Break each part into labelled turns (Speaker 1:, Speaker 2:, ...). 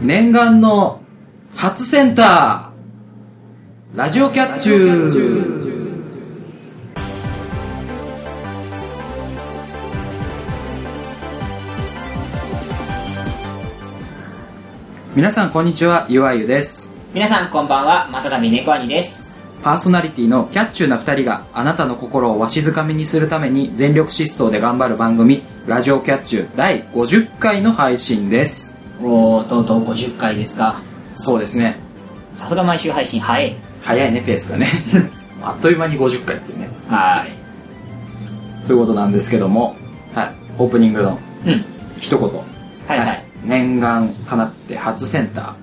Speaker 1: 念願の初センターラジオキャッチュー皆さんこんにちはゆあゆです
Speaker 2: 皆さんこんばんはまたたび猫兄です
Speaker 1: パーソナリティのキャッチューな2人があなたの心をわしづかみにするために全力疾走で頑張る番組「ラジオキャッチュー」第50回の配信です
Speaker 2: おーとうとう50回ですか
Speaker 1: そうですね
Speaker 2: さすが毎週配信早い
Speaker 1: 早いねペース がねあっという間に50回っていうね
Speaker 2: は
Speaker 1: ということなんですけども、はい、オープニングの
Speaker 2: ーいうん
Speaker 1: 一言、
Speaker 2: はいはい
Speaker 1: 念願かなって初センタ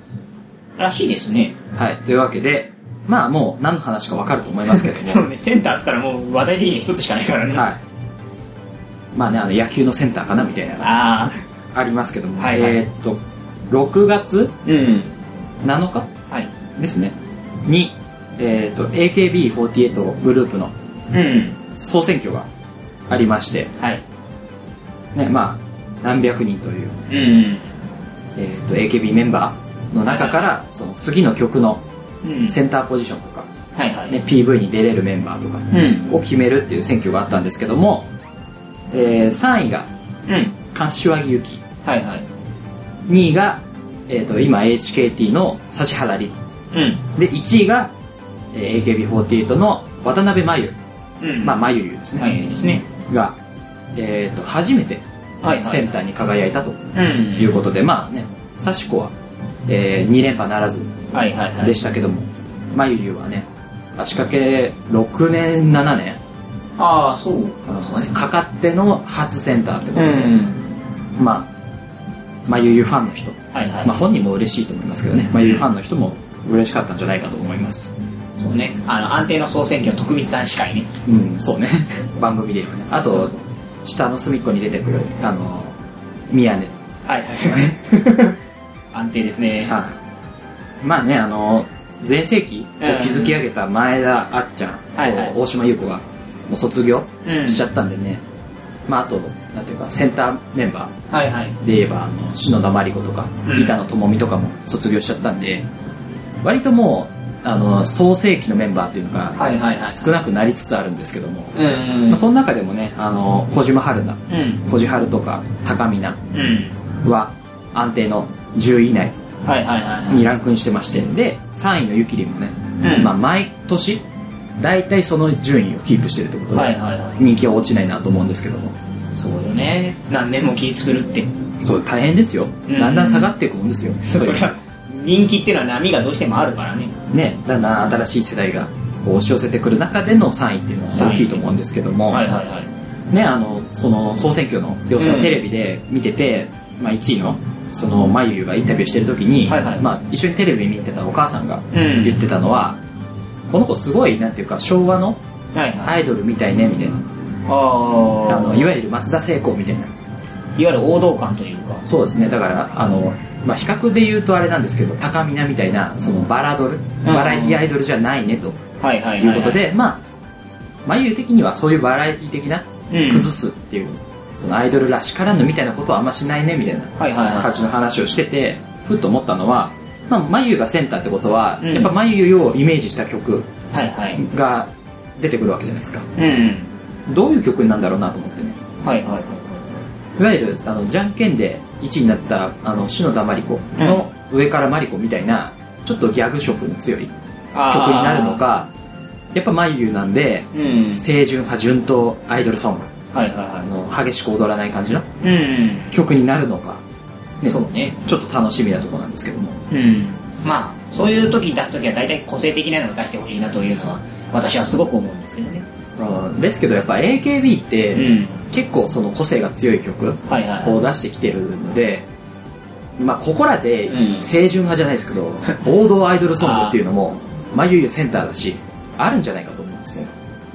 Speaker 2: らしいですね
Speaker 1: ー、はい、というわけでまあもう何の話か分かると思いますけ ど
Speaker 2: そ
Speaker 1: も、
Speaker 2: うねセンターっつったらもう話題的には一つしかないからね、い、
Speaker 1: はい、まあねあの野球のセンターかなみたいなのが
Speaker 2: ああ
Speaker 1: ありますけども、
Speaker 2: はいはい
Speaker 1: えーっと6月
Speaker 2: うん
Speaker 1: 7日
Speaker 2: はい
Speaker 1: ですねに、えーっと AKB48 グループの
Speaker 2: うん
Speaker 1: 総選挙がありまして、
Speaker 2: はい
Speaker 1: ねまあ、何百人という
Speaker 2: うん
Speaker 1: えー、と AKB メンバーの中からその次の曲の
Speaker 2: うん
Speaker 1: センターポジションとか、
Speaker 2: はいはい
Speaker 1: ね、PV に出れるメンバーとか
Speaker 2: うん
Speaker 1: を決めるっていう選挙があったんですけども、えー3位が
Speaker 2: うん
Speaker 1: 柏木由紀
Speaker 2: はいはい
Speaker 1: 2位が、えー、と今 HKT の指原莉
Speaker 2: うん
Speaker 1: で1位が、えー AKB48 の渡辺真由
Speaker 2: うん
Speaker 1: まあ真由ゆですね、
Speaker 2: はいですね
Speaker 1: が、えー、と初めて
Speaker 2: はいはい
Speaker 1: センターに輝いたと
Speaker 2: うん
Speaker 1: いうことで、まあね幸子は、え2連覇ならず
Speaker 2: はいはいはい
Speaker 1: でしたけども、まゆゆはね、足掛け6年、7年、
Speaker 2: ああそうかもしれない
Speaker 1: かかっての初センターってこと
Speaker 2: う
Speaker 1: で、
Speaker 2: ん
Speaker 1: まあ、まゆゆファンの人、
Speaker 2: はいはい
Speaker 1: まあ本人も嬉しいと思いますけどね、まゆゆファンの人も嬉しかったんじゃないかと思います。
Speaker 2: そうねあの安定の総選挙特別さん司会ね
Speaker 1: うん、そうね、 番組ではね。あ
Speaker 2: そ
Speaker 1: と
Speaker 2: うそう、
Speaker 1: 下の隅っこに出てくる、あの、宮根。
Speaker 2: はいはい はい安定ですね
Speaker 1: はい。まあね、あの、全盛期を築き上げた前田あっちゃん
Speaker 2: はいはい
Speaker 1: と大島優子が、もう卒業
Speaker 2: うん
Speaker 1: しちゃったんでね、まああとなんていうかセンターメンバ
Speaker 2: はいはい
Speaker 1: ーで言えばあの篠田麻里子とか、
Speaker 2: うん
Speaker 1: 板野友美とかも卒業しちゃったんで割ともうあの創世期のメンバーっていうのが
Speaker 2: はいはいはい
Speaker 1: 少なくなりつつあるんですけども、
Speaker 2: うんうん
Speaker 1: まあ、その中でもねあの小島春菜
Speaker 2: うん
Speaker 1: 小島春とか高見菜
Speaker 2: うん
Speaker 1: は安定の10位以内
Speaker 2: はいはいはいはい
Speaker 1: にランクインしてましてで3位のゆきりんもね、
Speaker 2: うん
Speaker 1: まあ、毎年大体その順位をキープしてるってことで、
Speaker 2: はいはいは
Speaker 1: 人気は落ちないなと思うんですけども
Speaker 2: いそうよね何年もキープするって
Speaker 1: そう大変ですよ、
Speaker 2: うん
Speaker 1: だんだん下がっていくもんですよ
Speaker 2: そ
Speaker 1: そういう
Speaker 2: りゃ人気っていうのは波がどうしてもあるからね
Speaker 1: ねだんだん新しい世代がこう押し寄せてくる中での3位っていうのは大きいと思うんですけども、
Speaker 2: はいはいはい
Speaker 1: ねあのその総選挙の様子を
Speaker 2: うん
Speaker 1: テレビで見てて、まあ、1位のそのまゆゆがインタビューしてる時に、
Speaker 2: はいはい
Speaker 1: まあ、一緒にテレビ見てたお母さんが
Speaker 2: うん
Speaker 1: 言ってたのは、この子すごいなんていうか昭和の
Speaker 2: はいはい
Speaker 1: アイドルみたいねみたいな、
Speaker 2: あ
Speaker 1: あ
Speaker 2: あ
Speaker 1: のいわゆる松田聖子みたいない
Speaker 2: わゆる王道感というか
Speaker 1: そうですねだからあの、まあ、比較で言うとあれなんですけど高見なみたいなそのバラドルバラエティアイドルじゃないねと
Speaker 2: はいはいはいは
Speaker 1: うことで、まあ眉的にはそういうバラエティ的な
Speaker 2: うん
Speaker 1: 崩すっていう、そのアイドルらしからぬみたいなことはあんましないねみたいな
Speaker 2: はいはいは
Speaker 1: 感じの話をしててふっと思ったのは、まあ、眉がセンターってことは、
Speaker 2: うん
Speaker 1: やっぱ眉をイメージした曲
Speaker 2: いはいはい
Speaker 1: が出てくるわけじゃないですか
Speaker 2: うん
Speaker 1: どういう曲なんだろうなと思ってね
Speaker 2: はいはいはい
Speaker 1: いわゆるあのじゃんけんで1位になったあの篠田麻里子の上から麻里子みたいな、ちょっとギャグ色の強い曲
Speaker 2: あー
Speaker 1: になるのかやっぱ眉優なんで
Speaker 2: うん
Speaker 1: 清純派順当アイドルソング
Speaker 2: はいはい
Speaker 1: あ
Speaker 2: は
Speaker 1: の激しく踊らない感じの
Speaker 2: いうん
Speaker 1: 曲になるのか、ね
Speaker 2: そうね
Speaker 1: ちょっと楽しみなところなんですけども
Speaker 2: うんまあそういう時に出す時は大体個性的なのを出してほしいなというのは私はすごく思うんですけどね
Speaker 1: うんですけどやっぱ AKB っ
Speaker 2: う
Speaker 1: て
Speaker 2: ん
Speaker 1: 結構その個性が強い曲
Speaker 2: はいはいはい
Speaker 1: を出してきてるので、まあ、ここらで
Speaker 2: うん
Speaker 1: 清純派じゃないですけど、 王道アイドルソングっていうのも眉毛センターだしあるんじゃないかと思うんですね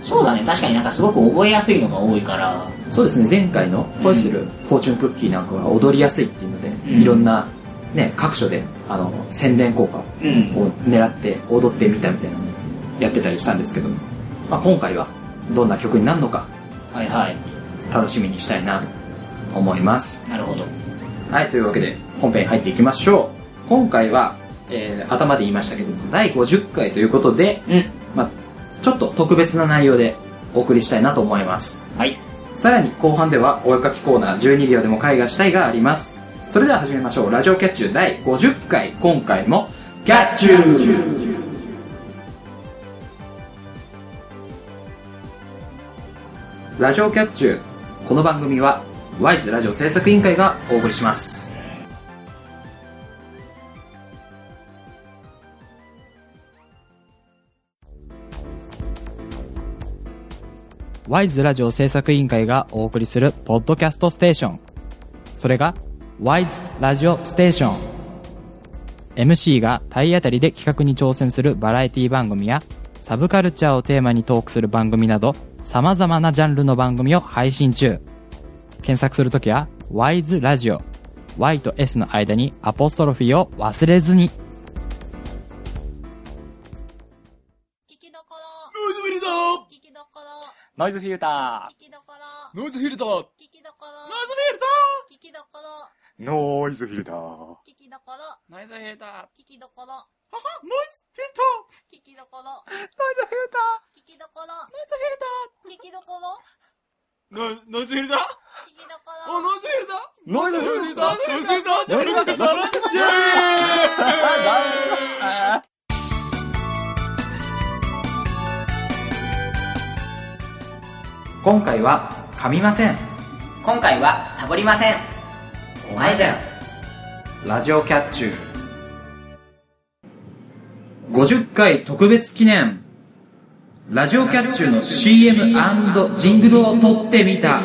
Speaker 2: そうだね確かになんかすごく覚えやすいのが多いから
Speaker 1: そうですね前回の「恋するフォーチュンクッキー」なんかは踊りやすいっていうので、
Speaker 2: うん
Speaker 1: いろんな、ね、各所であの宣伝効果を
Speaker 2: うん
Speaker 1: 狙って踊ってみたみたいなのをやってたりしたんですけど、まあ、今回はどんな曲になるのか
Speaker 2: はいはい
Speaker 1: 楽しみにしたいなと思います
Speaker 2: なるほど
Speaker 1: はいというわけで本編入っていきましょう今回は、えー頭で言いましたけども第50回ということで、
Speaker 2: うん
Speaker 1: まあ、ちょっと特別な内容でお送りしたいなと思います
Speaker 2: はい
Speaker 1: さらに後半ではお絵かきコーナー12秒でも絵画したいがありますそれでは始めましょうラジオキャッチュー第50回今回もキャッチューラジオキャッチューこの番組はワイズラジオ制作委員会がお送りしますワイズラジオ制作委員会がお送りするポッドキャストステーション。それが、ワイズラジオステーション。MC が体当たりで企画に挑戦するバラエティ番組や、サブカルチャーをテーマにトークする番組など、様々なジャンルの番組を配信中。検索するときは、ワイズラジオ。Y と S の間にアポストロフィーを忘れずに。
Speaker 3: 聞きどころ、
Speaker 4: ノイズフィルター
Speaker 3: 聞きどころ、
Speaker 1: ノイズフィルタ
Speaker 3: 聞きどころ、
Speaker 4: ノイズフィルターノ
Speaker 3: 聞きどころ、
Speaker 4: イズフィ
Speaker 3: 聞きどころ、
Speaker 5: ノーイズフィル
Speaker 4: ルタ
Speaker 5: ター。
Speaker 3: 聞きどころ、
Speaker 4: ーノイズフィルター
Speaker 3: 聞きどころ、
Speaker 4: ノイズフィルター
Speaker 3: 聞きどころ、
Speaker 4: ノイズフィルタ
Speaker 3: 聞きどころ、聞きどころ、
Speaker 4: ーノイズフィルタ
Speaker 3: 聞きど
Speaker 4: ー
Speaker 3: こ
Speaker 4: お
Speaker 3: ろ、
Speaker 4: ノイズ
Speaker 5: ノイズフ
Speaker 4: フィルターノイズフィルターノイズフィルターノイズフィルターイェーイ
Speaker 1: 今回は、噛みません。
Speaker 2: 今回はサボりませんお前じゃん
Speaker 1: ラジオキャッチュー50回特別記念ラジオキャッチューの CM& ジングルを撮ってみた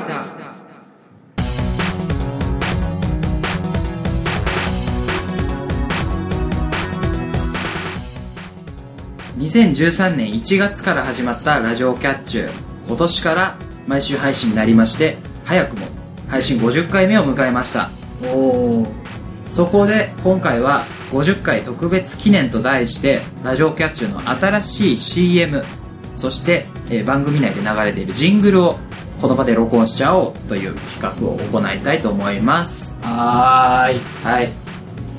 Speaker 1: 2013年1月から始まったラジオキャッチュー今年から毎週配信になりまして早くも配信50回目を迎えました
Speaker 2: おお
Speaker 1: そこで今回は50回特別記念と題してラジオキャッチュの新しい CM そして、えー番組内で流れているジングルをこの場で録音しちゃおうという企画を行いたいと思います
Speaker 2: はーい
Speaker 1: はい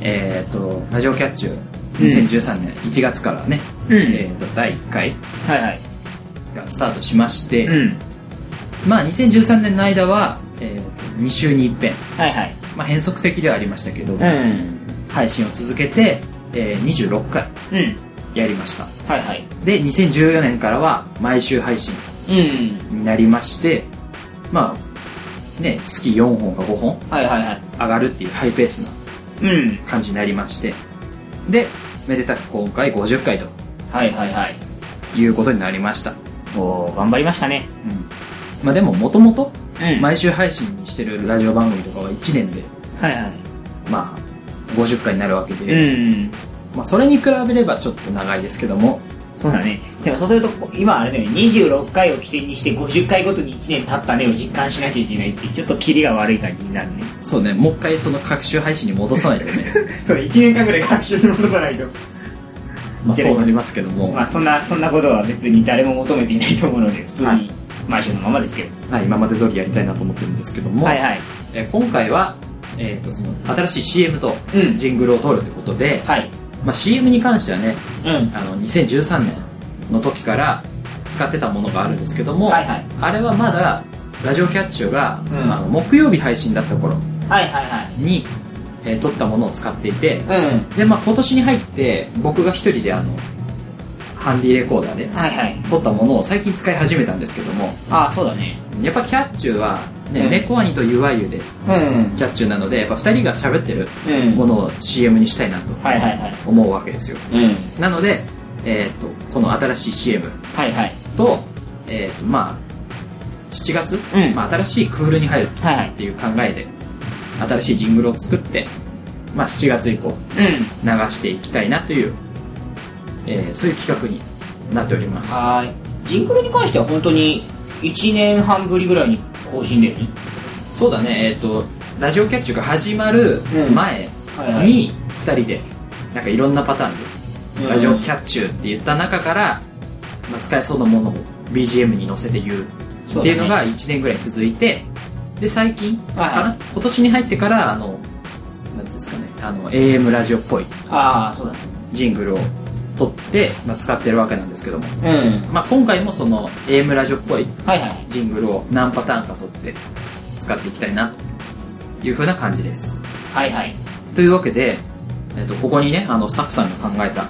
Speaker 1: えっ、とラジオキャッチュ2013年1月からね、
Speaker 2: うん
Speaker 1: えー、と第1回
Speaker 2: はいはい
Speaker 1: がスタートしまして、
Speaker 2: うん
Speaker 1: まあ2013年の間は、えー、と2週に1遍、
Speaker 2: はいはい
Speaker 1: まあ、変則的ではありましたけど、
Speaker 2: うん
Speaker 1: 配信を続けて、えー26回
Speaker 2: うん
Speaker 1: やりました
Speaker 2: はいはい
Speaker 1: で2014年からは毎週配信
Speaker 2: うん
Speaker 1: になりましてまあね月4本か5本
Speaker 2: はいはいはい
Speaker 1: 上がるっていうハイペースな
Speaker 2: うん
Speaker 1: 感じになりましてでめでたく今回50回と
Speaker 2: はいはいはい
Speaker 1: いうことになりました、うん、
Speaker 2: おお頑張りましたね
Speaker 1: まあでももともと
Speaker 2: うんはい
Speaker 1: 毎週配信にしてるラジオ番組とかは1年で
Speaker 2: はい
Speaker 1: まあ50回になるわけで、
Speaker 2: うん
Speaker 1: まあそれに比べればちょっと長いですけども
Speaker 2: そうだねでもそうすると今あれだよね26回を起点にして50回ごとに1年経ったねを実感しなきゃいけないっていうちょっとキリが悪い感じになるね
Speaker 1: そうねもう一回その各週配信に戻さないとね
Speaker 2: それ1年間ぐらい学習に戻さないと
Speaker 1: まあそうなりますけども、
Speaker 2: まあそんなそんなことは別に誰も求めていないと思うので普通
Speaker 1: は
Speaker 2: に
Speaker 1: い
Speaker 2: 毎週のままですけど
Speaker 1: はい、今まで通りやりたいなと思ってるんですけども、
Speaker 2: はいはい
Speaker 1: えー今回は、えー、とその新しい CM と
Speaker 2: うん
Speaker 1: ジングルを撮るってことで、
Speaker 2: はい
Speaker 1: まあ、CM に関してはね
Speaker 2: うん
Speaker 1: あの2013年の時から使ってたものがあるんですけども、
Speaker 2: はいはい
Speaker 1: あれはまだラジオキャッチューが、
Speaker 2: うん
Speaker 1: あの木曜日配信だった頃
Speaker 2: はいはい
Speaker 1: に、えー撮ったものを使っていて
Speaker 2: はいうん
Speaker 1: で、まあ、今年に入って僕が一人であのハンディレコーダーで
Speaker 2: はいはい
Speaker 1: 撮ったものを最近使い始めたんですけども
Speaker 2: ああそうだね
Speaker 1: やっぱキャッチューは、ね
Speaker 2: うん
Speaker 1: 猫兄とゆわゆで
Speaker 2: うん
Speaker 1: キャッチューなのでやっぱ2人が喋ってる
Speaker 2: うん
Speaker 1: ものを CM にしたいなと
Speaker 2: はいはいはい
Speaker 1: 思うわけですよ
Speaker 2: うん
Speaker 1: なので、えー、とこの新しい CM
Speaker 2: はいはい
Speaker 1: と,、えー、とまあ7月、
Speaker 2: うん
Speaker 1: まあ、新しいクールに入る
Speaker 2: はいはい
Speaker 1: っていう考えで新しいジングルを作って、まあ、7月以降
Speaker 2: うん
Speaker 1: 流していきたいなという、えーそういう企画になっております
Speaker 2: はいジングルに関しては本当に1年半ぶりぐらいに更新だよね
Speaker 1: そうだねえっ、とラジオキャッチュが始まる前
Speaker 2: うんはいはい
Speaker 1: に2人でなんかいろんなパターンでラジオキャッチューって言った中から、まあ、使えそうなものを BGM に載せて言うっていうのが1年ぐらい続いてで最近かな、
Speaker 2: はいは
Speaker 1: 今年に入ってからあのなんていうんですかねあの AM ラジオっぽい
Speaker 2: ああそうだね
Speaker 1: ジングルを取って、まあ、使ってるわけなんですけども、
Speaker 2: うん
Speaker 1: まあ、今回もその AM ラジオっぽい
Speaker 2: はいはい
Speaker 1: ジングルを何パターンか取って使っていきたいなというふうな感じです
Speaker 2: はいはい
Speaker 1: というわけで、えっとここにねあのスタッフさんが考えた、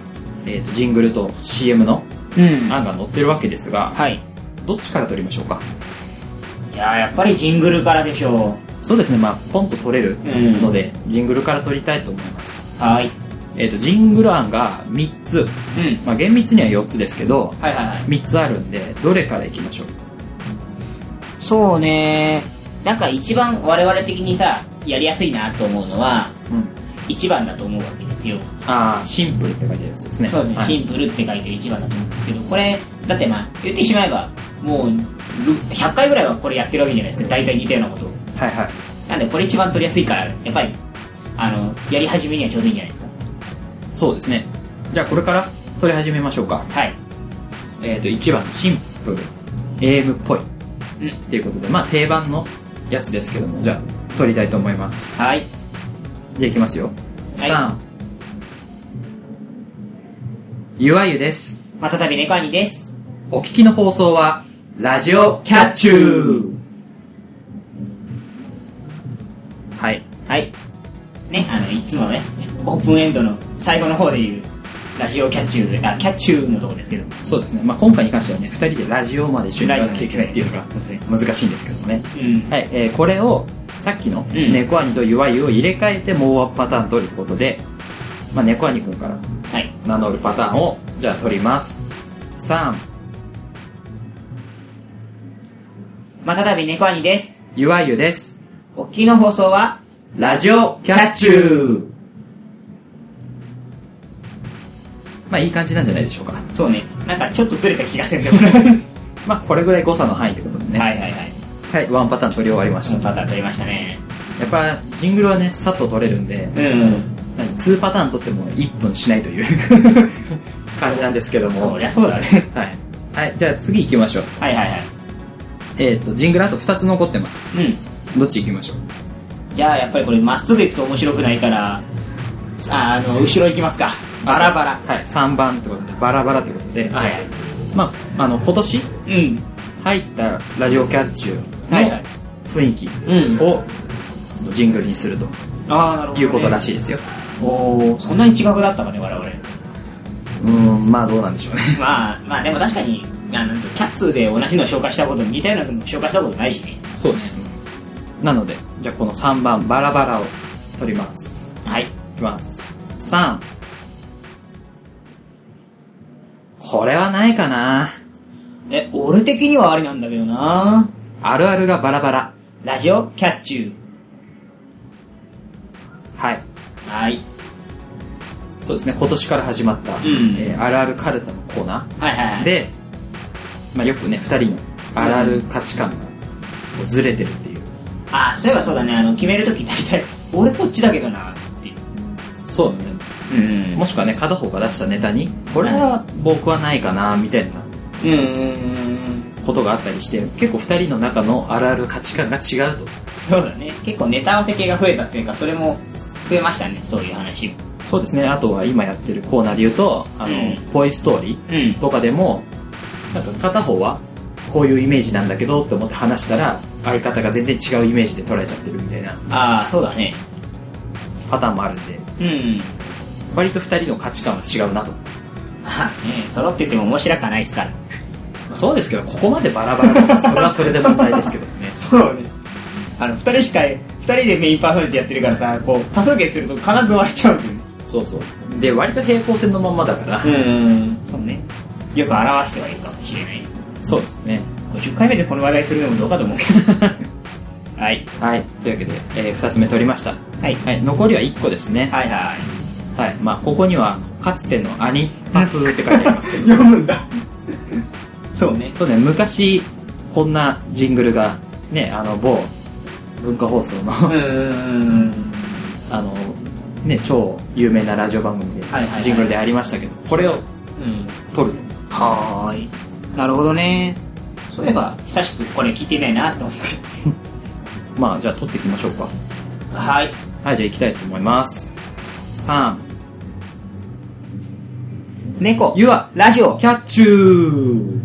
Speaker 1: えっとジングルと CM の
Speaker 2: うん
Speaker 1: 案が載ってるわけですが、
Speaker 2: はい
Speaker 1: どっちから取りましょうか
Speaker 2: いやーやっぱりジングルからでしょ
Speaker 1: そうですねまあポンと取れる
Speaker 2: ううん
Speaker 1: ので、ジングルから取りたいと思います
Speaker 2: はーい
Speaker 1: えっ、とジングル案が3つ、
Speaker 2: うん
Speaker 1: まあ、厳密には4つですけど
Speaker 2: はいはいはい
Speaker 1: 3つあるんでどれからいきましょう
Speaker 2: そうねなんか一番我々的にさやりやすいなと思うのは
Speaker 1: うん
Speaker 2: 1番だと思うわけですよ
Speaker 1: ああシンプルって書いてあるやつですね
Speaker 2: そうですね、
Speaker 1: はい
Speaker 2: シンプルって書いてる1番だと思うんですけどこれだってまあ言ってしまえばもうろ100回ぐらいはこれやってるわけじゃないですか大体似たようなことを
Speaker 1: はいはい
Speaker 2: なんでこれ一番取りやすいからやっぱりあのやり始めにはちょうどいいんじゃないですか
Speaker 1: そうですねじゃあこれから取り始めましょうか
Speaker 2: はい
Speaker 1: えっ、と1番シンプル AM っぽいっていうことでまあ定番のやつですけどもじゃあ取りたいと思います
Speaker 2: はい
Speaker 1: じゃあいきますよ、
Speaker 2: はい
Speaker 1: 3ゆあゆです
Speaker 2: またたびネコアニです
Speaker 1: お聞きの放送はラジオキャッチューはい
Speaker 2: はいねあのいつもねオープンエンドの最後の方で言うラジオキャッチューあキャッチューのとこですけど
Speaker 1: そうですね、まあ、今回に関してはね2人でラジオまで一緒にやらなきゃいけないっていうのが
Speaker 2: そうですね
Speaker 1: 難しいんですけどもね
Speaker 2: うん
Speaker 1: はい、えーこれをさっきの
Speaker 2: うん
Speaker 1: 猫兄とゆあゆを入れ替えてもうワンパターン取るってことで、まあ、猫兄くんから
Speaker 2: はい
Speaker 1: 名乗るパターンをじゃあ取ります3
Speaker 2: またたびネコアニです
Speaker 1: ゆあゆです
Speaker 2: おっきいの放送は
Speaker 1: ラジオキャッチューまあいい感じなんじゃないでしょうか
Speaker 2: そうねなんかちょっとずれた気がす るんでもないは
Speaker 1: まあこれぐらい誤差の範囲ってことで
Speaker 2: い
Speaker 1: ね
Speaker 2: はいはい
Speaker 1: はい、ワンパターン取り終わりま
Speaker 2: そ
Speaker 1: し
Speaker 2: の
Speaker 1: た
Speaker 2: パターン取りましたね
Speaker 1: やっぱジングルはねさっと取れるんで
Speaker 2: うん
Speaker 1: なんか2パターン取っても1分しないという 感じなんですけども
Speaker 2: そりゃそうだね
Speaker 1: はい、はい、じゃあ次行きましょう
Speaker 2: はいはいはい
Speaker 1: えっ、とジングルあと2つ残ってます
Speaker 2: うん
Speaker 1: どっち行きましょう
Speaker 2: じゃあやっぱりこれまっすぐ行くと面白くないからああの後ろ行きますかバラバラ
Speaker 1: はい3番ってことでバラバラってことで、
Speaker 2: はい
Speaker 1: まああの今年
Speaker 2: うん
Speaker 1: 入ったラジオキャッチュ
Speaker 2: は
Speaker 1: ー
Speaker 2: いは
Speaker 1: の
Speaker 2: い
Speaker 1: 雰囲気
Speaker 2: うん
Speaker 1: をそのジングルにすると
Speaker 2: ああなるほど、ね、
Speaker 1: いうことらしいですよ、
Speaker 2: おおそんなに違くだったかね我々
Speaker 1: うーんまあどうなんでしょうね
Speaker 2: まあまあでも確かにあのキャッツで同じの紹介したこと似たようなのも紹介したことないしね
Speaker 1: そうねなのでじゃあこの3番バラバラを取ります
Speaker 2: はい
Speaker 1: いきます。3。これはないかな
Speaker 2: え俺的にはありなんだけどな
Speaker 1: あるあるがバラバラ。
Speaker 2: ラジオキャッチュ
Speaker 1: はい。
Speaker 2: ーはい
Speaker 1: そうですね、今年から始まった、えーあるあるカルタのコーナ
Speaker 2: はいはいは
Speaker 1: ー
Speaker 2: い
Speaker 1: で、まあ、よくね、二人のあるある価値観がこうずれてるっていう。
Speaker 2: あそういえばそうだねあの決めるとき大体俺こっちだけどなって
Speaker 1: そうだね。
Speaker 2: うん
Speaker 1: もしくはね、片方が出したネタに、これは僕はないかなみたいな
Speaker 2: うんうん
Speaker 1: ことがあったりして、結構二人の中のあるある価値観が違うと。
Speaker 2: そうだね結構ネタ合わせ系が増えたせいかそれも増えましたねそういう話も
Speaker 1: そうですね、あとは今やってるコーナーで言うと、あの、
Speaker 2: うん
Speaker 1: ポイストーリー。
Speaker 2: うん
Speaker 1: とかでもなんか片方はこういうイメージなんだけどって思って話したら相方が全然違うイメージで捉えちゃってるみたいな
Speaker 2: ああそうだね
Speaker 1: パターンもあるんで
Speaker 2: うん
Speaker 1: 割と2人の価値観は違うなと、ま
Speaker 2: まあね揃ってても面白くはないですから
Speaker 1: あそうですけどここまでバラバラだとそれはそれで問題ですけどね
Speaker 2: そうねあの2人しか2人でメインパーソナリティやってるからさこう多数決すると必ず割れちゃうんだよね
Speaker 1: そうそうで割と平行線のまんまだから、
Speaker 2: うんそうねよく表してはいるかもしれない
Speaker 1: そうですね
Speaker 2: 50回目でこの話題するのもどうかと思うけ どはい
Speaker 1: はいというわけで、え2つ目取りました、
Speaker 2: はい
Speaker 1: はい、残りは1個ですね
Speaker 2: はいはい
Speaker 1: はいまあここにはかつてのアニパフって書いてありますけど
Speaker 2: 読むんだそうね
Speaker 1: そうね、昔、こんなジングルが、ね、あの、某文化放送の、
Speaker 2: うん
Speaker 1: あの、ね、超有名なラジオ番組で
Speaker 2: はいはいは、い
Speaker 1: ジングルでありましたけど、これを
Speaker 2: うん
Speaker 1: 撮る。
Speaker 2: はーいなるほどねそういえば久しくこれ聞いてないなと思って
Speaker 1: まあ、じゃあ撮っていきましょうか。
Speaker 2: はい
Speaker 1: はい、じゃあ行きたいと思います。3、
Speaker 2: 猫。
Speaker 1: ゆわ、
Speaker 2: ラジオ。
Speaker 1: キャッチュー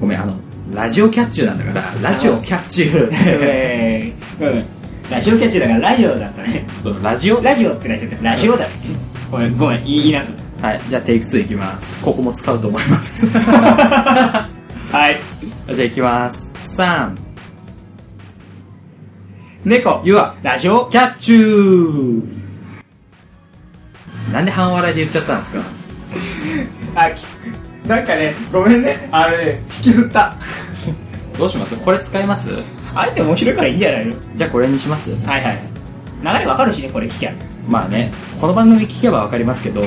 Speaker 1: ごめん、あの、ラジオキャッチューなんだから、ラジオキャッ チュー。
Speaker 2: えーうん。ラジオキャッチだからラジオだったね。
Speaker 1: そう、ラジオ。
Speaker 2: ラジオってなっちゃった。ラジオだね。ごめん、ごめん、言い言い直す。
Speaker 1: はい、じゃあテイク2いきます。ここも使うと思います。じゃ
Speaker 2: はい。
Speaker 1: あ行きます。3、
Speaker 2: 猫。
Speaker 1: ゆわ、
Speaker 2: ラジオ。
Speaker 1: キャッチューなんで半笑いで言っちゃったんですか
Speaker 2: あ、きなんかね、ごめんね。あれね、引きずった。
Speaker 1: どうしますこれ使います
Speaker 2: あえて面白いからいいんじゃないの
Speaker 1: じゃあこれにします
Speaker 2: はいはい。流れわかるしね、これ聞きゃ。
Speaker 1: まあね、この番組聞けばわかりますけ ど、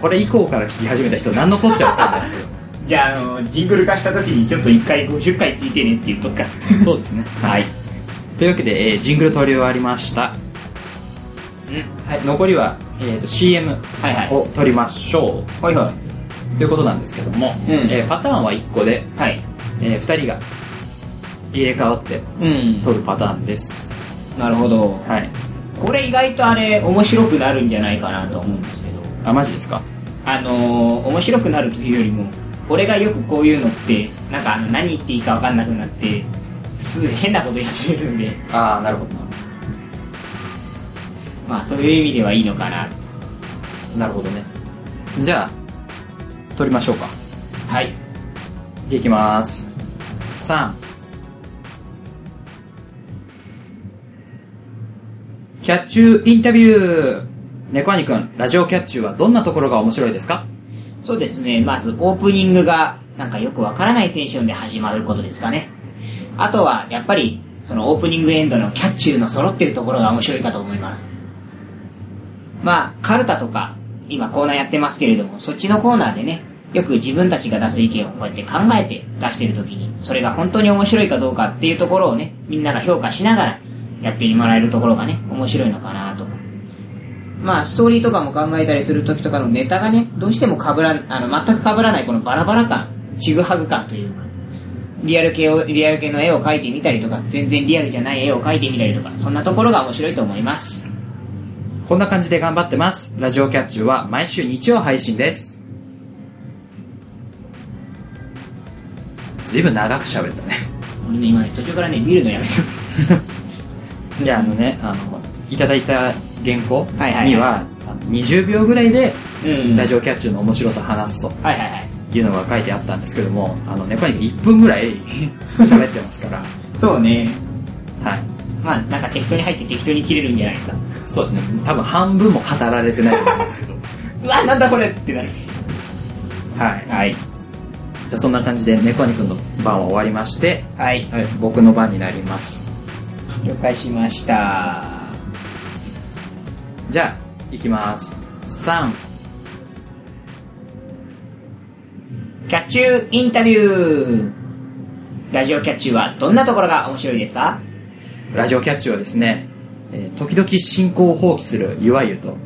Speaker 1: これ以降から聞き始めた人、何のこっちゃわかんないですよ。
Speaker 2: じゃあ、あの、ジングル化した時にちょっと1回50回聞いてねって言っとくか。
Speaker 1: そうですね。はい。というわけで、えージングル取り終わりました。はい、残りは、えー、と CM
Speaker 2: はいはい
Speaker 1: を取りましょう、
Speaker 2: はいは
Speaker 1: ということなんですけども、
Speaker 2: うん
Speaker 1: えーパターンは1個で、
Speaker 2: はい。
Speaker 1: え2人が入れ替わって
Speaker 2: うん。
Speaker 1: 取るパターンです。
Speaker 2: なるほど。
Speaker 1: はい。
Speaker 2: これ意外とあれ、面白くなるんじゃないかなと思うんですけど。
Speaker 1: あ、マジですか
Speaker 2: あのー、面白くなるというよりも俺がよくこういうのってなんかあの何言っていいか分かんなくなってすぐ変なこと言い始めるんで
Speaker 1: ああ、なるほど
Speaker 2: まあそういう意味ではいいのかな
Speaker 1: な。なるほどね。じゃあ、取りましょうか。
Speaker 2: はい
Speaker 1: じゃあいきます。3。キャッチューインタビュー猫兄くん、ラジオキャッチューはどんなところが面白いですか
Speaker 2: そうですねまずオープニングがなんかよく分からないテンションで始まることですかねあとはやっぱりそのオープニングエンドのキャッチューの揃ってるところが面白いかと思いますまあカルタとか今コーナーやってますけれどもそっちのコーナーでねよく自分たちが出す意見をこうやって考えて出してる時にそれが本当に面白いかどうかっていうところをねみんなが評価しながらやってもらえるところがね面白いのかなとまあストーリーとかも考えたりする時とかのネタがねどうしても被らんあの全く被らないこのバラバラ感ちぐはぐ感というかリアル系をリアル系の絵を描いてみたりとか全然リアルじゃない絵を描いてみたりとかそんなところが面白いと思います
Speaker 1: こんな感じで頑張ってます。ラジオキャッチューは毎週日曜配信です。ずいぶん長く喋ったね。
Speaker 2: 俺ね今ね途中からね見るのやめた
Speaker 1: いや、あのね、あの、いただいた原稿には、
Speaker 2: はいはいは
Speaker 1: あの20秒ぐらいで、
Speaker 2: うん
Speaker 1: ラジオキャッチューの面白さ話すと。
Speaker 2: はいはいはい
Speaker 1: いうのが書いてあったんですけども、あの、猫に1分ぐらい 喋ってますから、
Speaker 2: そうね
Speaker 1: はい。
Speaker 2: まあなんか適当に入って適当に切れるんじゃないですか
Speaker 1: そうですね、多分半分も語られてないと思いますけど、
Speaker 2: うわなんだこれってなる
Speaker 1: はい。
Speaker 2: はい
Speaker 1: じゃあそんな感じで、猫にくんの番は終わりまして、
Speaker 2: はい
Speaker 1: はい、僕の番になります。
Speaker 2: 了解しました
Speaker 1: じゃあ、いきます。3、
Speaker 2: キャッチューインタビューラジオキャッチューはどんなところが面白いですか
Speaker 1: ラジオキャッチューはですね、えー時々進行を放棄するゆわゆと、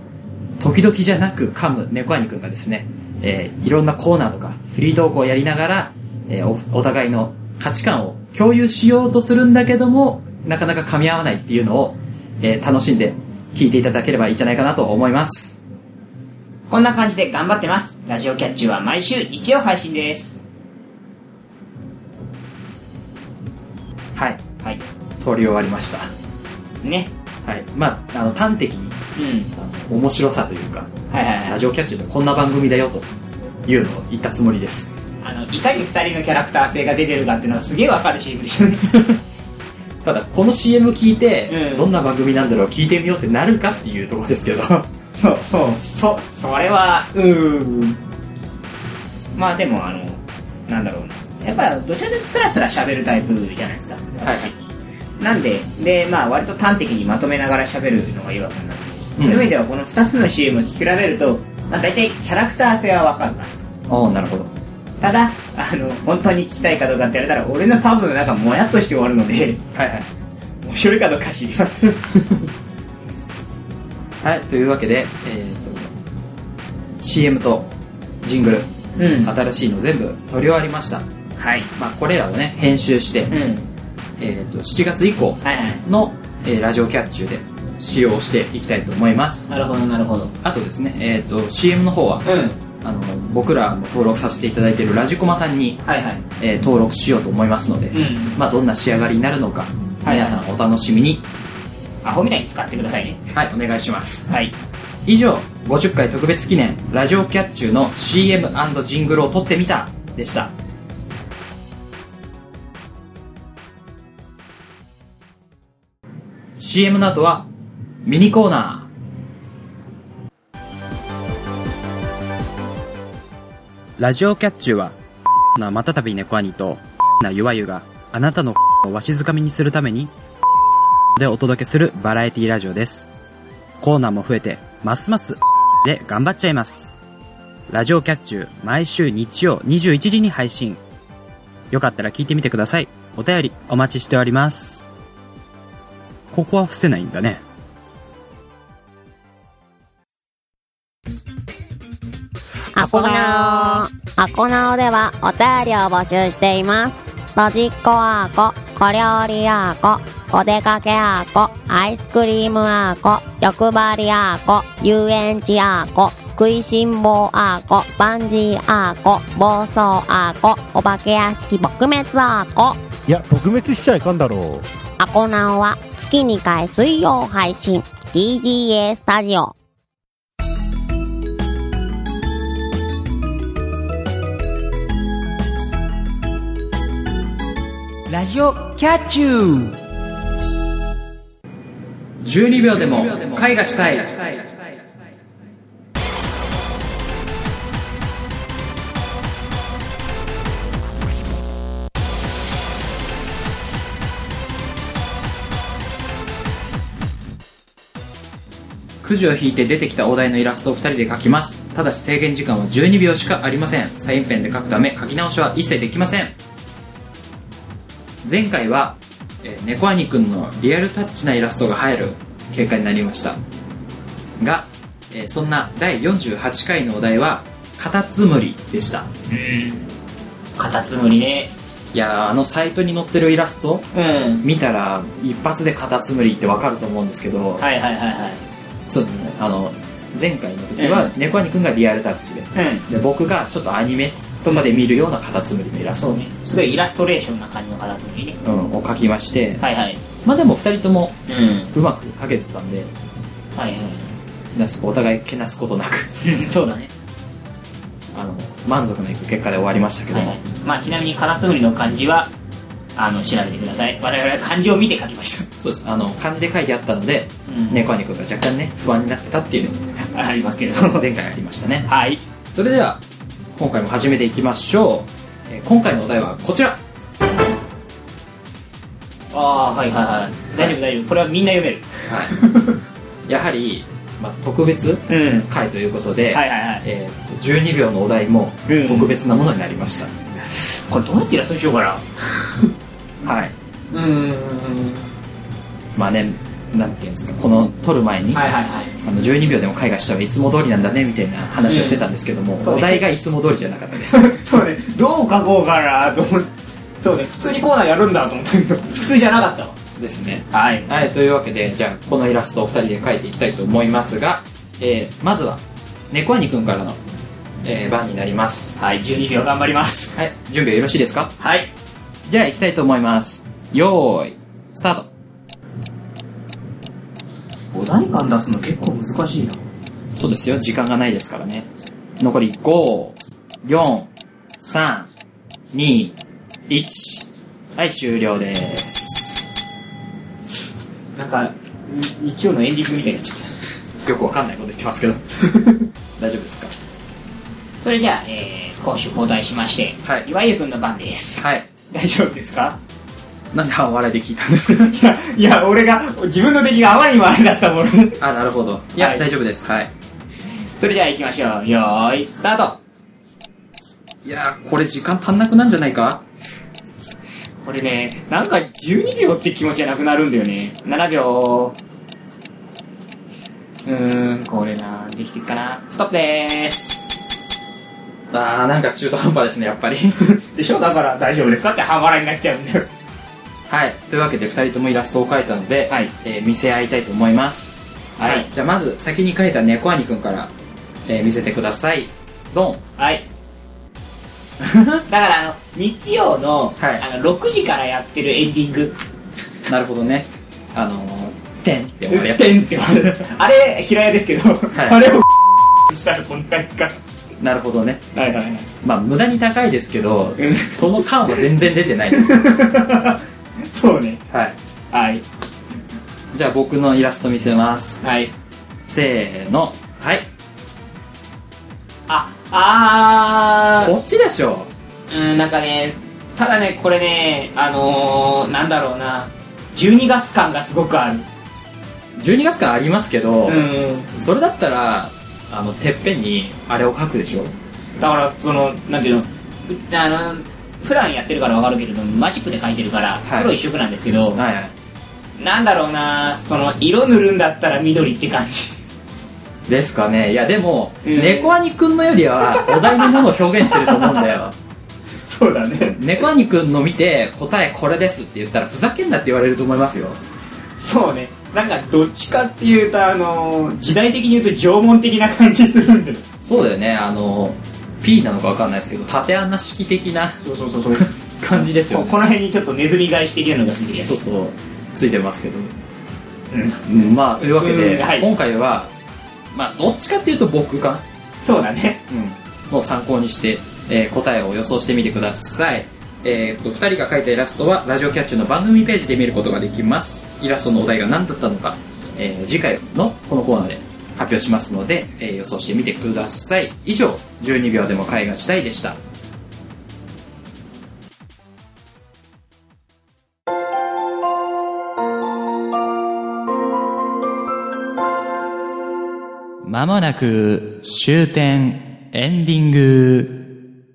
Speaker 1: 時々じゃなく噛む猫兄くんがですね、えーいろんなコーナーとかフリートークをやりながら、えーおお互いの価値観を共有しようとするんだけども、なかなか噛み合わないっていうのを、えー楽しんで聞いていただければいいんじゃないかなと思います。
Speaker 2: こんな感じで頑張ってますラジオキャッチューは毎週日曜配信です
Speaker 1: はい。
Speaker 2: はい
Speaker 1: 撮り終わりました。
Speaker 2: ね
Speaker 1: はい。まあ、あの、端的に、
Speaker 2: うん
Speaker 1: あの面白さというか、
Speaker 2: はいはいは
Speaker 1: ラ
Speaker 2: い
Speaker 1: ジオキャッチューってこんな番組だよというのを言ったつもりです。
Speaker 2: あのいかに2人のキャラクター性が出てるかっていうのはすげえわかる CM でしたね
Speaker 1: ただこの CM 聞いて、
Speaker 2: うん
Speaker 1: どんな番組なんだろう聞いてみようってなるかっていうところですけど
Speaker 2: そうそうそうそれはうーんまあでもあのなんだろうなやっぱどちらかというとつらつら喋るタイプじゃないですか
Speaker 1: はい
Speaker 2: なんででまあ割と端的にまとめながら喋るのがいいわけなんで、
Speaker 1: うん
Speaker 2: そういう意味ではこの2つの CM を聞き比べると、まあ、大体キャラクター性はわかるなと
Speaker 1: おおなるほど
Speaker 2: ただあの本当に聞きたいかどうかって言われたら俺の多分なんかもやっとして終わるので
Speaker 1: はいはい
Speaker 2: 面白いかどうか知りません
Speaker 1: はいというわけで、えー、と CM とジングル、
Speaker 2: うん
Speaker 1: 新しいの全部撮り終わりました、
Speaker 2: はい
Speaker 1: まあ、これらをね編集して、
Speaker 2: うん
Speaker 1: えー、と7月以降
Speaker 2: はいはい
Speaker 1: の、えーラジオキャッチューで使用していきたいと思います
Speaker 2: なるほど、なるほど。
Speaker 1: あとですね、えー、と CM の方は
Speaker 2: うん。
Speaker 1: あの僕らも登録させていただいているラジコマさんに、
Speaker 2: はいはい。
Speaker 1: えー登録しようと思いますので、
Speaker 2: うん。
Speaker 1: まあ、どんな仕上がりになるのか
Speaker 2: はい
Speaker 1: 皆さんお楽しみに
Speaker 2: アホみたいに使ってくださいね。
Speaker 1: はいお願いします
Speaker 2: はい。
Speaker 1: 以上50回特別記念ラジオキャッチューの CM& ジングルを撮ってみたでした「CM の後はミニコーナーラジオキャッチューはなまたたび猫兄となゆわゆがあなたのをわしづかみにするためにでお届けするバラエティラジオですコーナーも増えてますますで頑張っちゃいますラジオキャッチュー毎週日曜21時に配信よかったら聞いてみてくださいお便りお待ちしておりますここは伏せないんだね
Speaker 6: アコナオアコナオではお便りを募集していますロジッコアーコ小料理アーコお出かけアーコアイスクリームアーコ欲張りアーコ遊園地アーコ食いしん坊アーコバンジーアーコ暴走アーコお化け屋敷撲滅アーコ
Speaker 7: いや、撲滅しちゃいかんだろう。
Speaker 6: アコナオは月2回水曜配信 DGA スタジオ
Speaker 2: ラジオキャッチュー
Speaker 1: 12秒でも絵画したいくじを引いて出てきたお題のイラストを2人で描きますただし制限時間は12秒しかありませんサインペンで描くため描き直しは一切できません前回は、えー、猫兄くんのリアルタッチなイラストが入る結果になりましたが、えーそんな第48回のお題は「カタツムリ」でした
Speaker 2: カタツムリね。
Speaker 1: いやーあのサイトに載ってるイラスト
Speaker 2: うん。
Speaker 1: 見たら一発でカタツムリってわかると思うんですけど、
Speaker 2: はいはいはい
Speaker 1: そうですねあの前回の時は猫兄くんがリアルタッチで
Speaker 2: はい。うん。
Speaker 1: で僕がちょっとアニメとかで見るようなカタツムリのイラスト
Speaker 2: そうね。すごいイラストレーションな感じのカタツムリね。
Speaker 1: うんを描きまして、
Speaker 2: はいはい。
Speaker 1: まあでも2人とも
Speaker 2: うん。
Speaker 1: うまく描けてたんで
Speaker 2: はいはい。
Speaker 1: なんかお互いけなすことなく
Speaker 2: うんそうだね。
Speaker 1: あの満足のいく結果で終わりましたけど
Speaker 2: はい
Speaker 1: も、
Speaker 2: はい。まあちなみにカタツムリの漢字は、あの、調べてください。我々は漢字を見て書きまし
Speaker 1: そうですあの漢字で書いてあったので、
Speaker 2: うん
Speaker 1: 猫兄くんが若干ね不安になってたっていうの
Speaker 2: た。ありますけ ど。
Speaker 1: が前回ありましたね
Speaker 2: はい。
Speaker 1: それでは今回も始めていきましょう、えー今回のお題はこちら
Speaker 2: ああ、はいはいはい。大丈夫大丈夫。これはみんな読める。
Speaker 1: はい、 やはり、まあ、特別
Speaker 2: うん。
Speaker 1: 回ということで、
Speaker 2: はいはいはい。
Speaker 1: えーと12秒のお題も
Speaker 2: うん
Speaker 1: 特別なものになりました、
Speaker 2: これどうやってイラストにしようか
Speaker 1: はい
Speaker 2: な。うん。
Speaker 1: まあねなんていうんですかこの撮る前に、
Speaker 2: はいはいはい。
Speaker 1: あの12秒でも絵画したらいつも通りなんだねみたいな話をしてたんですけども、
Speaker 2: んそうね
Speaker 1: お題がいつも通りじゃなかったです
Speaker 2: そうね、どう書こうかなと思って。そうね、普通にコーナーやるんだと思ったけど、普通じゃなかったわ。
Speaker 1: ですね
Speaker 2: はい。
Speaker 1: はいというわけでじゃあこのイラストを2人で描いていきたいと思いますが、えーまずは猫兄くんからの、えー番になります
Speaker 2: はい、12秒頑張ります。
Speaker 1: はい準備はよろしいですか
Speaker 2: はい。
Speaker 1: じゃあ行きたいと思いますよーいスタート
Speaker 2: お題感出すの結構難しいな。
Speaker 1: そうですよ時間がないですからね残り54321はい終了です
Speaker 2: なんか、に日曜のエンディングみたいになっちゃっ
Speaker 1: よくわかんないこと言ってますけど 大丈夫ですか
Speaker 2: た。それじゃあ、えー、攻守交代しまして、
Speaker 1: はい
Speaker 2: 岩井くんの番です。
Speaker 1: はい
Speaker 2: 大丈夫ですか
Speaker 1: なんで半笑いで聞いたんですか
Speaker 2: いや、いや、俺が、自分の出来があまりにもあれだったもので。
Speaker 1: あなるほどいや、
Speaker 2: はい
Speaker 1: 大丈夫ですはい
Speaker 2: それじゃあ行きましょう。よーい、スタート
Speaker 1: いやーこれ時間足んなくなんじゃないか
Speaker 2: これね、なんか12秒って気持ちじゃなくなるんだよね。7秒。うーん、これな、できてっかな。ストップでーす。
Speaker 1: あーなんか中途半端ですねやっぱり
Speaker 2: でしょだから大丈夫ですかって半笑いになっちゃうんだよ。
Speaker 1: はいというわけで2人ともイラストを描いたので、
Speaker 2: はい
Speaker 1: えー見せ合いたいと思います
Speaker 2: はい
Speaker 1: じゃあまず先に描いた猫兄くんから、えー見せてくださいドン
Speaker 2: はい。 だからあの、日曜の、
Speaker 1: はい
Speaker 2: あの、6時からやってるエンディング。
Speaker 1: なるほどねあのー「てん」って終わる やつ
Speaker 2: てんってある。 あれ、平屋ですけど、
Speaker 1: い
Speaker 2: あれをしたらこんな感じか。
Speaker 1: なるほどね
Speaker 2: はいはいはい。
Speaker 1: まあ無駄に高いですけど
Speaker 2: うん
Speaker 1: その感は全然出てないです
Speaker 2: そうね。
Speaker 1: はい
Speaker 2: はい。
Speaker 1: じゃあ僕のイラスト見せます
Speaker 2: はい。
Speaker 1: せーのはい
Speaker 2: あ、あ
Speaker 1: こっちでしょ
Speaker 2: ー、うん、なんかね、ただね、これね、あのー、なんだろうな、12月感がすごくある。
Speaker 1: 12月からありますけど、
Speaker 2: うん。
Speaker 1: それだったらあのてっぺんにあれを書くでしょ
Speaker 2: だからそのなんていうのうあの普段やってるからわかるけれどもマジックで描いてるから
Speaker 1: はい
Speaker 2: 黒一色なんですけど、
Speaker 1: はいはい
Speaker 2: なんだろうなその色塗るんだったら緑って感じ
Speaker 1: ですかねいやでも、
Speaker 2: うん
Speaker 1: 猫兄くんのよりはお題のものを表現してると思うんだよ
Speaker 2: そうだね
Speaker 1: 猫兄くんの見て答えこれですって言ったらふざけんなって言われると思いますよ
Speaker 2: そうねなんかどっちかっていうとあの時代的に言うと縄文的な感じするんだよ
Speaker 1: そうだよねあの P なのか分かんないですけど縦穴式的な
Speaker 2: そうそうそうそう
Speaker 1: 感じですよね
Speaker 2: この辺にちょっとネズミ返し的なのが好きです
Speaker 1: そうそうついてますけど、
Speaker 2: うん
Speaker 1: うんまあというわけで、
Speaker 2: うんはい
Speaker 1: 今回はまあどっちかっていうと僕かな
Speaker 2: そうだね
Speaker 1: の参考にして、えー答えを予想してみてくださいえーっと2人が描いたイラストはラジオキャッチュの番組ページで見ることができますイラストのお題が何だったのか、えー次回のこのコーナーで発表しますので、えー予想してみてください以上12秒でも絵画したいでしたまもなく終点エンディング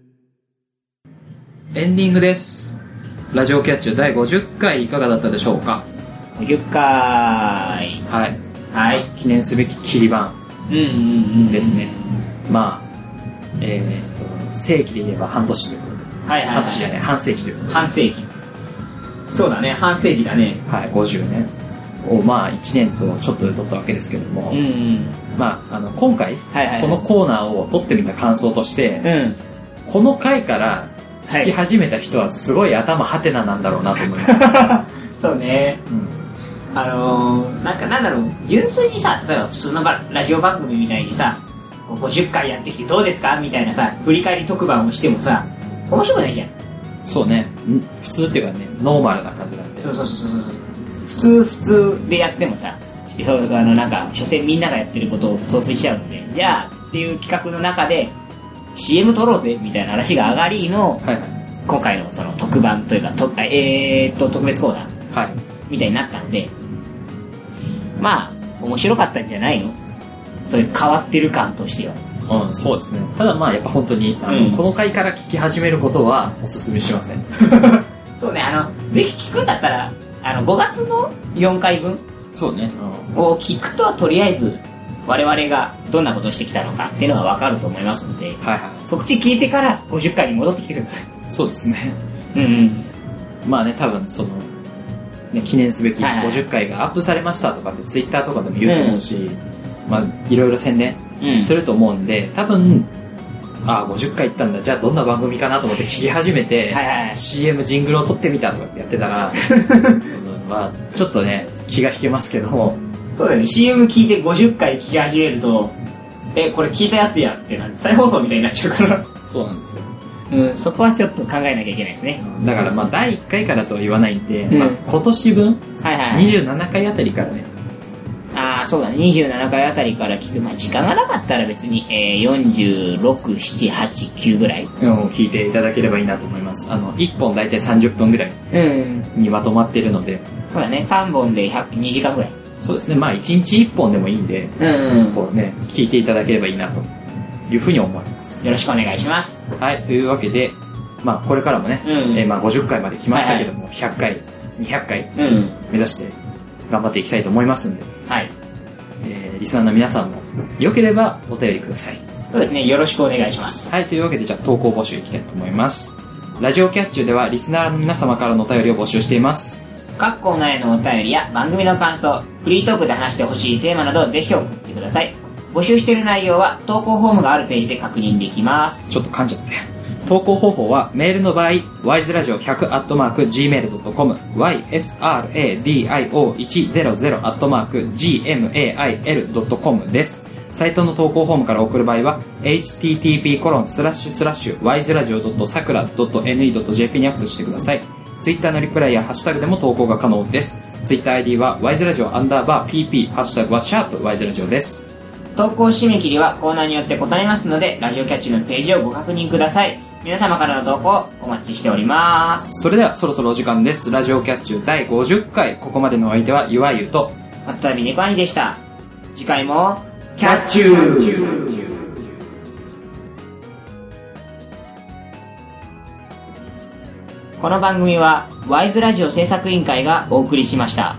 Speaker 1: エンディングですラジオキャッチュ第50回いかがだったでしょうか
Speaker 2: 50回
Speaker 1: はい
Speaker 2: はい
Speaker 1: 記念すべき切り番
Speaker 2: うんうんうん
Speaker 1: ですね、まあえっと世紀で言えば半年ということで
Speaker 2: はいはい、は
Speaker 1: 半年じゃ
Speaker 2: い、
Speaker 1: ない半世紀というこ
Speaker 2: 半世紀そうだね半世紀だね
Speaker 1: とで、はい、50年をまあ1年とちょっとで撮ったわけですけども、
Speaker 2: うんうん
Speaker 1: まああの今回、
Speaker 2: はいはいはい
Speaker 1: このコーナーを撮ってみた感想として、
Speaker 2: うん
Speaker 1: この回から
Speaker 2: は
Speaker 1: 聞き
Speaker 2: い、
Speaker 1: 始めた人はすごい頭ハテナなんだろうなと思い ます、
Speaker 2: そうね
Speaker 1: うん
Speaker 2: あのー、なんかなんだろう純粋にさ例えば普通のばラジオ番組みたいにさこう50回やってきてどうですかみたいなさ振り返り特番をしてもさ面白くないじゃん
Speaker 1: そうねん普通っていうかねノーマルな感じなんで
Speaker 2: そうそうそうそうそう普通普通でやってもさいやあのなんか所詮みんながやってることを総帥しちゃうんでじゃあっていう企画の中で CM 撮ろうぜみたいな話が上がりの
Speaker 1: はいはい
Speaker 2: 今回のその特番というかとあえー、っと特別コーナー
Speaker 1: はい
Speaker 2: みたいになったんで、まあ、面白かったんじゃないのそういう変わってる感としては。
Speaker 1: うん、そうですねただまあやっぱ本当にあの、
Speaker 2: うん
Speaker 1: この回から聞き始めることはおすすめしません
Speaker 2: そうね、あの、ぜひ聞くんだったら、あの、5月の4回分
Speaker 1: そうね、
Speaker 2: を聞くと、とりあえず、我々がどんなことをしてきたのかっていうのがわかると思いますので、
Speaker 1: はいは
Speaker 2: そっち聞いてから50回に戻ってきてください。
Speaker 1: いそうですね
Speaker 2: うんうん。
Speaker 1: まあね多分そのね記念すべき
Speaker 2: はいはい
Speaker 1: 50回がアップされましたとかってツイッターとかでも言うと思うし、まあいろいろ宣伝すると思うんで、多分ああ50回行ったんだじゃあどんな番組かなと思って聞き始めて
Speaker 2: はいはいはい
Speaker 1: CM ジングルを撮ってみたとかってやってた らうんまあちょっとね気が引けますけども
Speaker 2: そうだよね、CM 聞いて50回聞き始めると、え、これ聞いたやつやってな、再放送みたいになっちゃうから。
Speaker 1: そうなんですよ
Speaker 2: うん、そこはちょっと考えなきゃいけないですね。
Speaker 1: だからまあ第1回からとは言わないんで、
Speaker 2: うん
Speaker 1: まあ、今年分
Speaker 2: はいはい、はい。
Speaker 1: 27回あたりからね
Speaker 2: ああ、そうだね。27回あたりから聞く。まあ、時間がなかったら別に、えー、46、7、8、9ぐらい。
Speaker 1: うん聞いていただければいいなと思いますあの1本大体30分ぐらい
Speaker 2: うん。
Speaker 1: にまとまってるので
Speaker 2: そうだね。3本で100 2時間ぐらい。
Speaker 1: そうですねまあ1日1本でもいいんで
Speaker 2: うん。よ
Speaker 1: こうね聞いていただければいいなというふうに思います
Speaker 2: ろしくお願いします。
Speaker 1: はいというわけでまあこれからもね、
Speaker 2: うん
Speaker 1: えーまあ、50回まで来ましたけども、100回200回
Speaker 2: うん。
Speaker 1: 目指して頑張っていきたいと思いますんで、
Speaker 2: はい。
Speaker 1: えーリスナーの皆さんもよければお便りください
Speaker 2: そうですね。よろしくお願いします。
Speaker 1: はい、というわけでじゃあ投稿募集いきたいと思います。ラジオキャッチュではリスナーの皆様からのお便りを募集しています。
Speaker 2: 各コーナーへのお便りや番組の感想、フリートークで話してほしいテーマなどをぜひ送ってください。募集している内容は投稿フォームがあるページで確認できます。
Speaker 1: ちょっと噛んじゃって。投稿方法はメールの場合、wiseradio100-gmail.com、ysradio100-gmail.com です。サイトの投稿フォームから送る場合は、http://wiseradio.sakura.ne.jp にアクセスしてください。ツイッターのリプライやハッシュタグでも投稿が可能です。ツイッター ID は wiseradio アンダーバー pp、ハッシュタグはシャープ wiseradio です。
Speaker 2: 投稿締め切りはコーナーによって異なりますので、ラジオキャッチのページをご確認ください。皆様からの投稿お待ちしております。
Speaker 1: それではそろそろお時間です。ラジオキャッチュ第50回。ここまでのお相手は、ゆわゆと、
Speaker 2: またびねこあにでした。次回も、キ
Speaker 1: キャッチュー
Speaker 2: この番組は、ワイズラジオ制作委員会がお送りしました。